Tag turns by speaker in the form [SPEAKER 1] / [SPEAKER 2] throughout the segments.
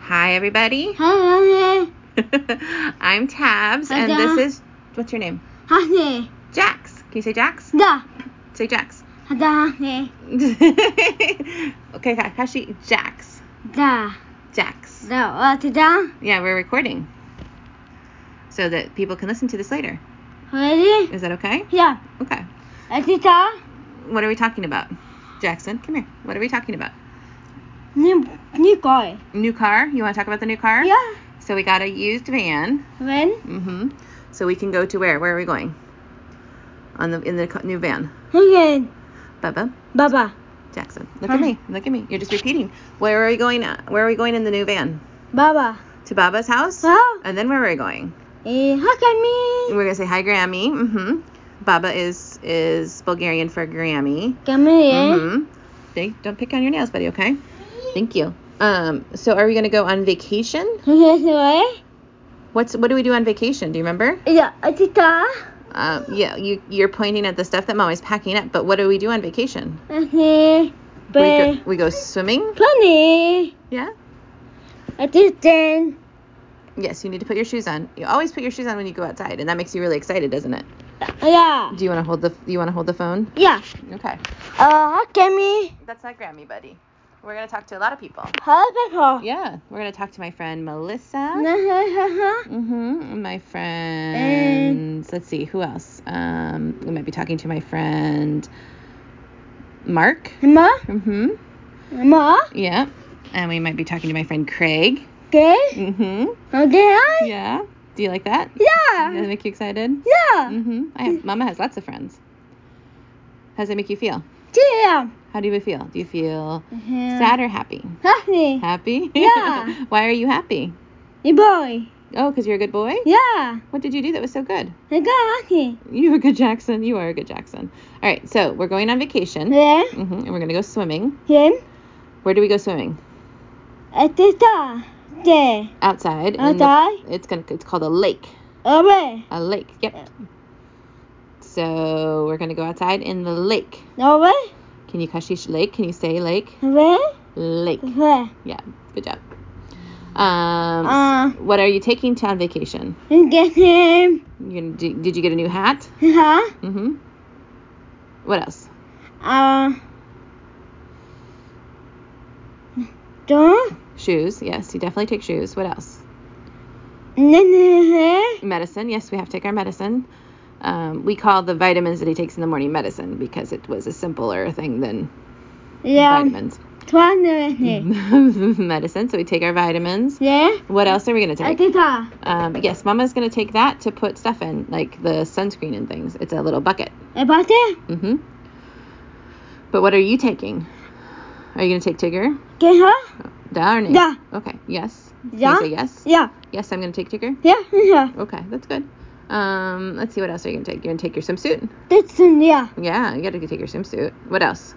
[SPEAKER 1] Hi, everybody.
[SPEAKER 2] Hi,
[SPEAKER 1] I'm Tabs,
[SPEAKER 2] Hi,
[SPEAKER 1] and
[SPEAKER 2] Dana.
[SPEAKER 1] this is what's your name?
[SPEAKER 2] Honey.
[SPEAKER 1] Jax. Can you say Jax?
[SPEAKER 2] Da.
[SPEAKER 1] Say Jax.
[SPEAKER 2] Da. Honey.
[SPEAKER 1] okay, Kakashi. Jax.
[SPEAKER 2] Da.
[SPEAKER 1] Jax.
[SPEAKER 2] Da. What? Da.
[SPEAKER 1] Yeah, we're recording so that people can listen to this later.
[SPEAKER 2] Ready?
[SPEAKER 1] Is that okay?
[SPEAKER 2] Yeah.
[SPEAKER 1] Okay.
[SPEAKER 2] Atita.
[SPEAKER 1] What are we talking about? Jackson, come here. What are we talking about?
[SPEAKER 2] Ni. Ni koi.
[SPEAKER 1] New car? You want to talk about the new car?
[SPEAKER 2] Yeah.
[SPEAKER 1] So we got a used van.
[SPEAKER 2] When?
[SPEAKER 1] Mm-hmm. So we can go to where? Where are we going? On the in the co- new van.
[SPEAKER 2] Again.
[SPEAKER 1] Bubba.
[SPEAKER 2] Baba.
[SPEAKER 1] Jackson. Look at me. Look at me. You're just repeating. Where are we going? uh, Where are we going in the new van?
[SPEAKER 2] Baba.
[SPEAKER 1] To Baba's house?
[SPEAKER 2] So.
[SPEAKER 1] And then where are we going?
[SPEAKER 2] Eh. Hakami.
[SPEAKER 1] We're gonna say hi, Grammy. Mm-hmm. Baba is is Bulgarian for Grammy.
[SPEAKER 2] Kami.
[SPEAKER 1] Mm-hmm. See, don't pick on your nails, buddy. Okay. Thank you. Um. So are we gonna go on vacation?
[SPEAKER 2] Yes. Way.
[SPEAKER 1] What's what do we do on vacation? Do you remember?
[SPEAKER 2] Yeah. Atita.
[SPEAKER 1] Um. Yeah. You you're pointing at the stuff that mom is packing up. But what do we do on vacation? We
[SPEAKER 2] Honey.
[SPEAKER 1] go,
[SPEAKER 2] Be.
[SPEAKER 1] we go swimming.
[SPEAKER 2] Plenty.
[SPEAKER 1] Yeah.
[SPEAKER 2] Atita.
[SPEAKER 1] Yes, you need to put your shoes on. You always put your shoes on when you go outside, and that makes you really excited, doesn't it?
[SPEAKER 2] Yeah.
[SPEAKER 1] Do you want to hold the you want to hold the phone?
[SPEAKER 2] Yeah.
[SPEAKER 1] Okay.
[SPEAKER 2] Uh. Hakami.
[SPEAKER 1] That's not Grammy, buddy. We're gonna talk to a lot of people.
[SPEAKER 2] Hello.
[SPEAKER 1] Yeah, we're gonna talk to my friend Melissa.
[SPEAKER 2] Yeah.
[SPEAKER 1] Mm-hmm. My friends. Let's see, who else? Um, we might be talking to my friend Mark.
[SPEAKER 2] Ma.
[SPEAKER 1] Mm-hmm.
[SPEAKER 2] Ma.
[SPEAKER 1] Yeah. And we might be talking to my friend Craig.
[SPEAKER 2] Okay.
[SPEAKER 1] Mm-hmm.
[SPEAKER 2] Okay.
[SPEAKER 1] Yeah. Do you like that? Does that
[SPEAKER 2] Yeah.
[SPEAKER 1] make you excited?
[SPEAKER 2] Yeah.
[SPEAKER 1] Mm-hmm. I have, Mama has lots of friends. How does that make you feel?
[SPEAKER 2] Yeah.
[SPEAKER 1] How do you feel? Do you feel
[SPEAKER 2] Sad.
[SPEAKER 1] sad or happy?
[SPEAKER 2] Honey.
[SPEAKER 1] Happy?
[SPEAKER 2] Yeah.
[SPEAKER 1] Why are you happy?
[SPEAKER 2] Hey boy.
[SPEAKER 1] Oh, because you're a good boy?
[SPEAKER 2] Yeah.
[SPEAKER 1] What did you do that was so good?
[SPEAKER 2] I got honey.
[SPEAKER 1] You're a good Jackson. You are a good Jackson. All right, so we're going on vacation.
[SPEAKER 2] There.
[SPEAKER 1] hmm and we're going to go swimming.
[SPEAKER 2] Him.
[SPEAKER 1] Where do we go swimming?
[SPEAKER 2] At the star. There.
[SPEAKER 1] Outside. in the-
[SPEAKER 2] Outside?
[SPEAKER 1] it's going to it's called a lake.
[SPEAKER 2] Away.
[SPEAKER 1] A lake. Yep. So, we're going to go outside in the lake.
[SPEAKER 2] Away.
[SPEAKER 1] Can you Kashish Lake? Can you say lake?
[SPEAKER 2] Away.
[SPEAKER 1] Lake.
[SPEAKER 2] Away.
[SPEAKER 1] Yeah, good job. Um,
[SPEAKER 2] Uh.
[SPEAKER 1] what are you taking to on vacation?
[SPEAKER 2] And get him.
[SPEAKER 1] You gonna do, did you get a new hat?
[SPEAKER 2] Huh?
[SPEAKER 1] Mm-hmm. What else?
[SPEAKER 2] Uh. Don't.
[SPEAKER 1] Shoes. Yes, you definitely take shoes. What else?
[SPEAKER 2] Nene.
[SPEAKER 1] Medicine. Yes, we have to take our medicine. Um, we call the vitamins that he takes in the morning medicine because it was a simpler thing than
[SPEAKER 2] Yeah.
[SPEAKER 1] vitamins.
[SPEAKER 2] Twenty.
[SPEAKER 1] Ừ. medicine. So we take our vitamins.
[SPEAKER 2] Yeah.
[SPEAKER 1] What else are we gonna
[SPEAKER 2] At
[SPEAKER 1] take?
[SPEAKER 2] the star.
[SPEAKER 1] Um, yes, Mama's gonna take that to put stuff in, like the sunscreen and things. It's a little bucket.
[SPEAKER 2] About it.
[SPEAKER 1] Mm-hmm. But what are you taking? Are you gonna take Tigger?
[SPEAKER 2] Get her.
[SPEAKER 1] Darn it.
[SPEAKER 2] Yeah.
[SPEAKER 1] Okay. Yes. Can
[SPEAKER 2] Yeah.
[SPEAKER 1] You say yes.
[SPEAKER 2] Yeah.
[SPEAKER 1] Yes, I'm gonna take Tigger.
[SPEAKER 2] Yeah. Yeah.
[SPEAKER 1] Okay, that's good. Um, let's see what else are you gonna take? You're gonna take your swimsuit.
[SPEAKER 2] That's in yeah.
[SPEAKER 1] Yeah, you gotta take your swimsuit. What else?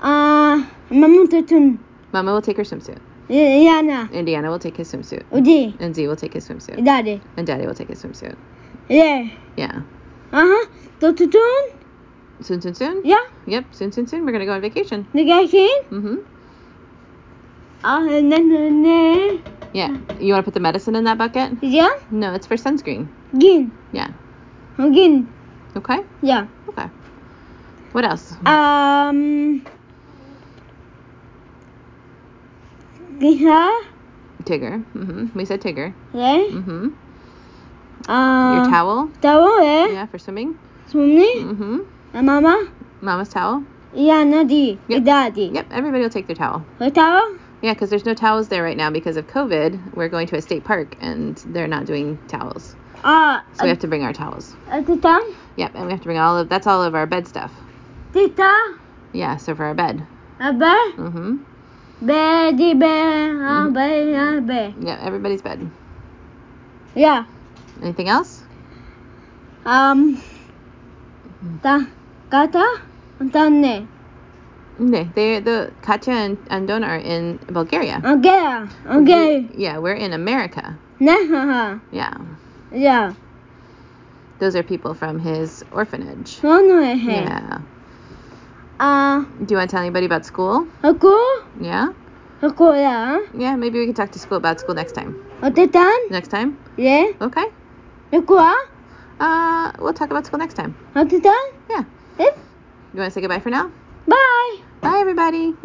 [SPEAKER 2] Uh, Mama Tutun.
[SPEAKER 1] Mama will take her swimsuit.
[SPEAKER 2] Yana.
[SPEAKER 1] Indiana will take his swimsuit.
[SPEAKER 2] Udi.
[SPEAKER 1] And Z will take his swimsuit.
[SPEAKER 2] Daddy.
[SPEAKER 1] And Daddy will take his swimsuit.
[SPEAKER 2] Yeah.
[SPEAKER 1] Yeah.
[SPEAKER 2] Uh huh. Tutun.
[SPEAKER 1] Soon, soon, soon.
[SPEAKER 2] Yeah.
[SPEAKER 1] Yep. Soon, soon, soon. We're gonna go on vacation.
[SPEAKER 2] The guy came.
[SPEAKER 1] Mm-hmm.
[SPEAKER 2] Uh, and then and then.
[SPEAKER 1] Yeah. You wanna put the medicine in that bucket?
[SPEAKER 2] Yeah.
[SPEAKER 1] No, it's for sunscreen.
[SPEAKER 2] Gin.
[SPEAKER 1] Yeah.
[SPEAKER 2] Gin.
[SPEAKER 1] Okay.
[SPEAKER 2] Yeah.
[SPEAKER 1] Okay. What else?
[SPEAKER 2] Um. Gita.
[SPEAKER 1] Tigger. Mm-hmm. We said Tigger.
[SPEAKER 2] Yeah.
[SPEAKER 1] Mm-hmm.
[SPEAKER 2] Uh.
[SPEAKER 1] Your towel.
[SPEAKER 2] Towel. Yeah.
[SPEAKER 1] Yeah, for swimming.
[SPEAKER 2] Swimming.
[SPEAKER 1] Mm-hmm.
[SPEAKER 2] Uh, Mama.
[SPEAKER 1] Mama's towel.
[SPEAKER 2] Yana di.
[SPEAKER 1] Yep.
[SPEAKER 2] Daddy.
[SPEAKER 1] Yep. Everybody will take their towel.
[SPEAKER 2] Her towel.
[SPEAKER 1] Yeah, because there's no towels there right now because of COVID. We're going to a state park and they're not doing towels,
[SPEAKER 2] Uh.
[SPEAKER 1] so we have to bring our towels.
[SPEAKER 2] uh, Tita.
[SPEAKER 1] Yep, and we have to bring all of that's all of our bed stuff.
[SPEAKER 2] Tita.
[SPEAKER 1] Yeah, so for our bed.
[SPEAKER 2] A bear,
[SPEAKER 1] Mhm.
[SPEAKER 2] Betty bear, a bear, a bear.
[SPEAKER 1] Yeah, everybody's bed.
[SPEAKER 2] Yeah.
[SPEAKER 1] Anything else?
[SPEAKER 2] Um. Ta, kata, tanne.
[SPEAKER 1] Okay. They the Katya and, and Dona are in Bulgaria.
[SPEAKER 2] Okay, Uh, okay.
[SPEAKER 1] We- yeah, we're in America.
[SPEAKER 2] Nah,
[SPEAKER 1] Yeah.
[SPEAKER 2] yeah.
[SPEAKER 1] Those are people from his orphanage.
[SPEAKER 2] No, e no, hey.
[SPEAKER 1] Yeah.
[SPEAKER 2] Uh,
[SPEAKER 1] Do you want to tell anybody about school?
[SPEAKER 2] aku,
[SPEAKER 1] Yeah.
[SPEAKER 2] Sekolah.
[SPEAKER 1] Yeah, maybe we can talk to school about school next time.
[SPEAKER 2] Ada tan?
[SPEAKER 1] Next time?
[SPEAKER 2] Ya.
[SPEAKER 1] Okay.
[SPEAKER 2] Sekolah.
[SPEAKER 1] Uh, we'll talk about school next time.
[SPEAKER 2] Ada tan?
[SPEAKER 1] Yeah.
[SPEAKER 2] Eh?
[SPEAKER 1] You want to say goodbye for now?
[SPEAKER 2] Bye.
[SPEAKER 1] Bye, everybody.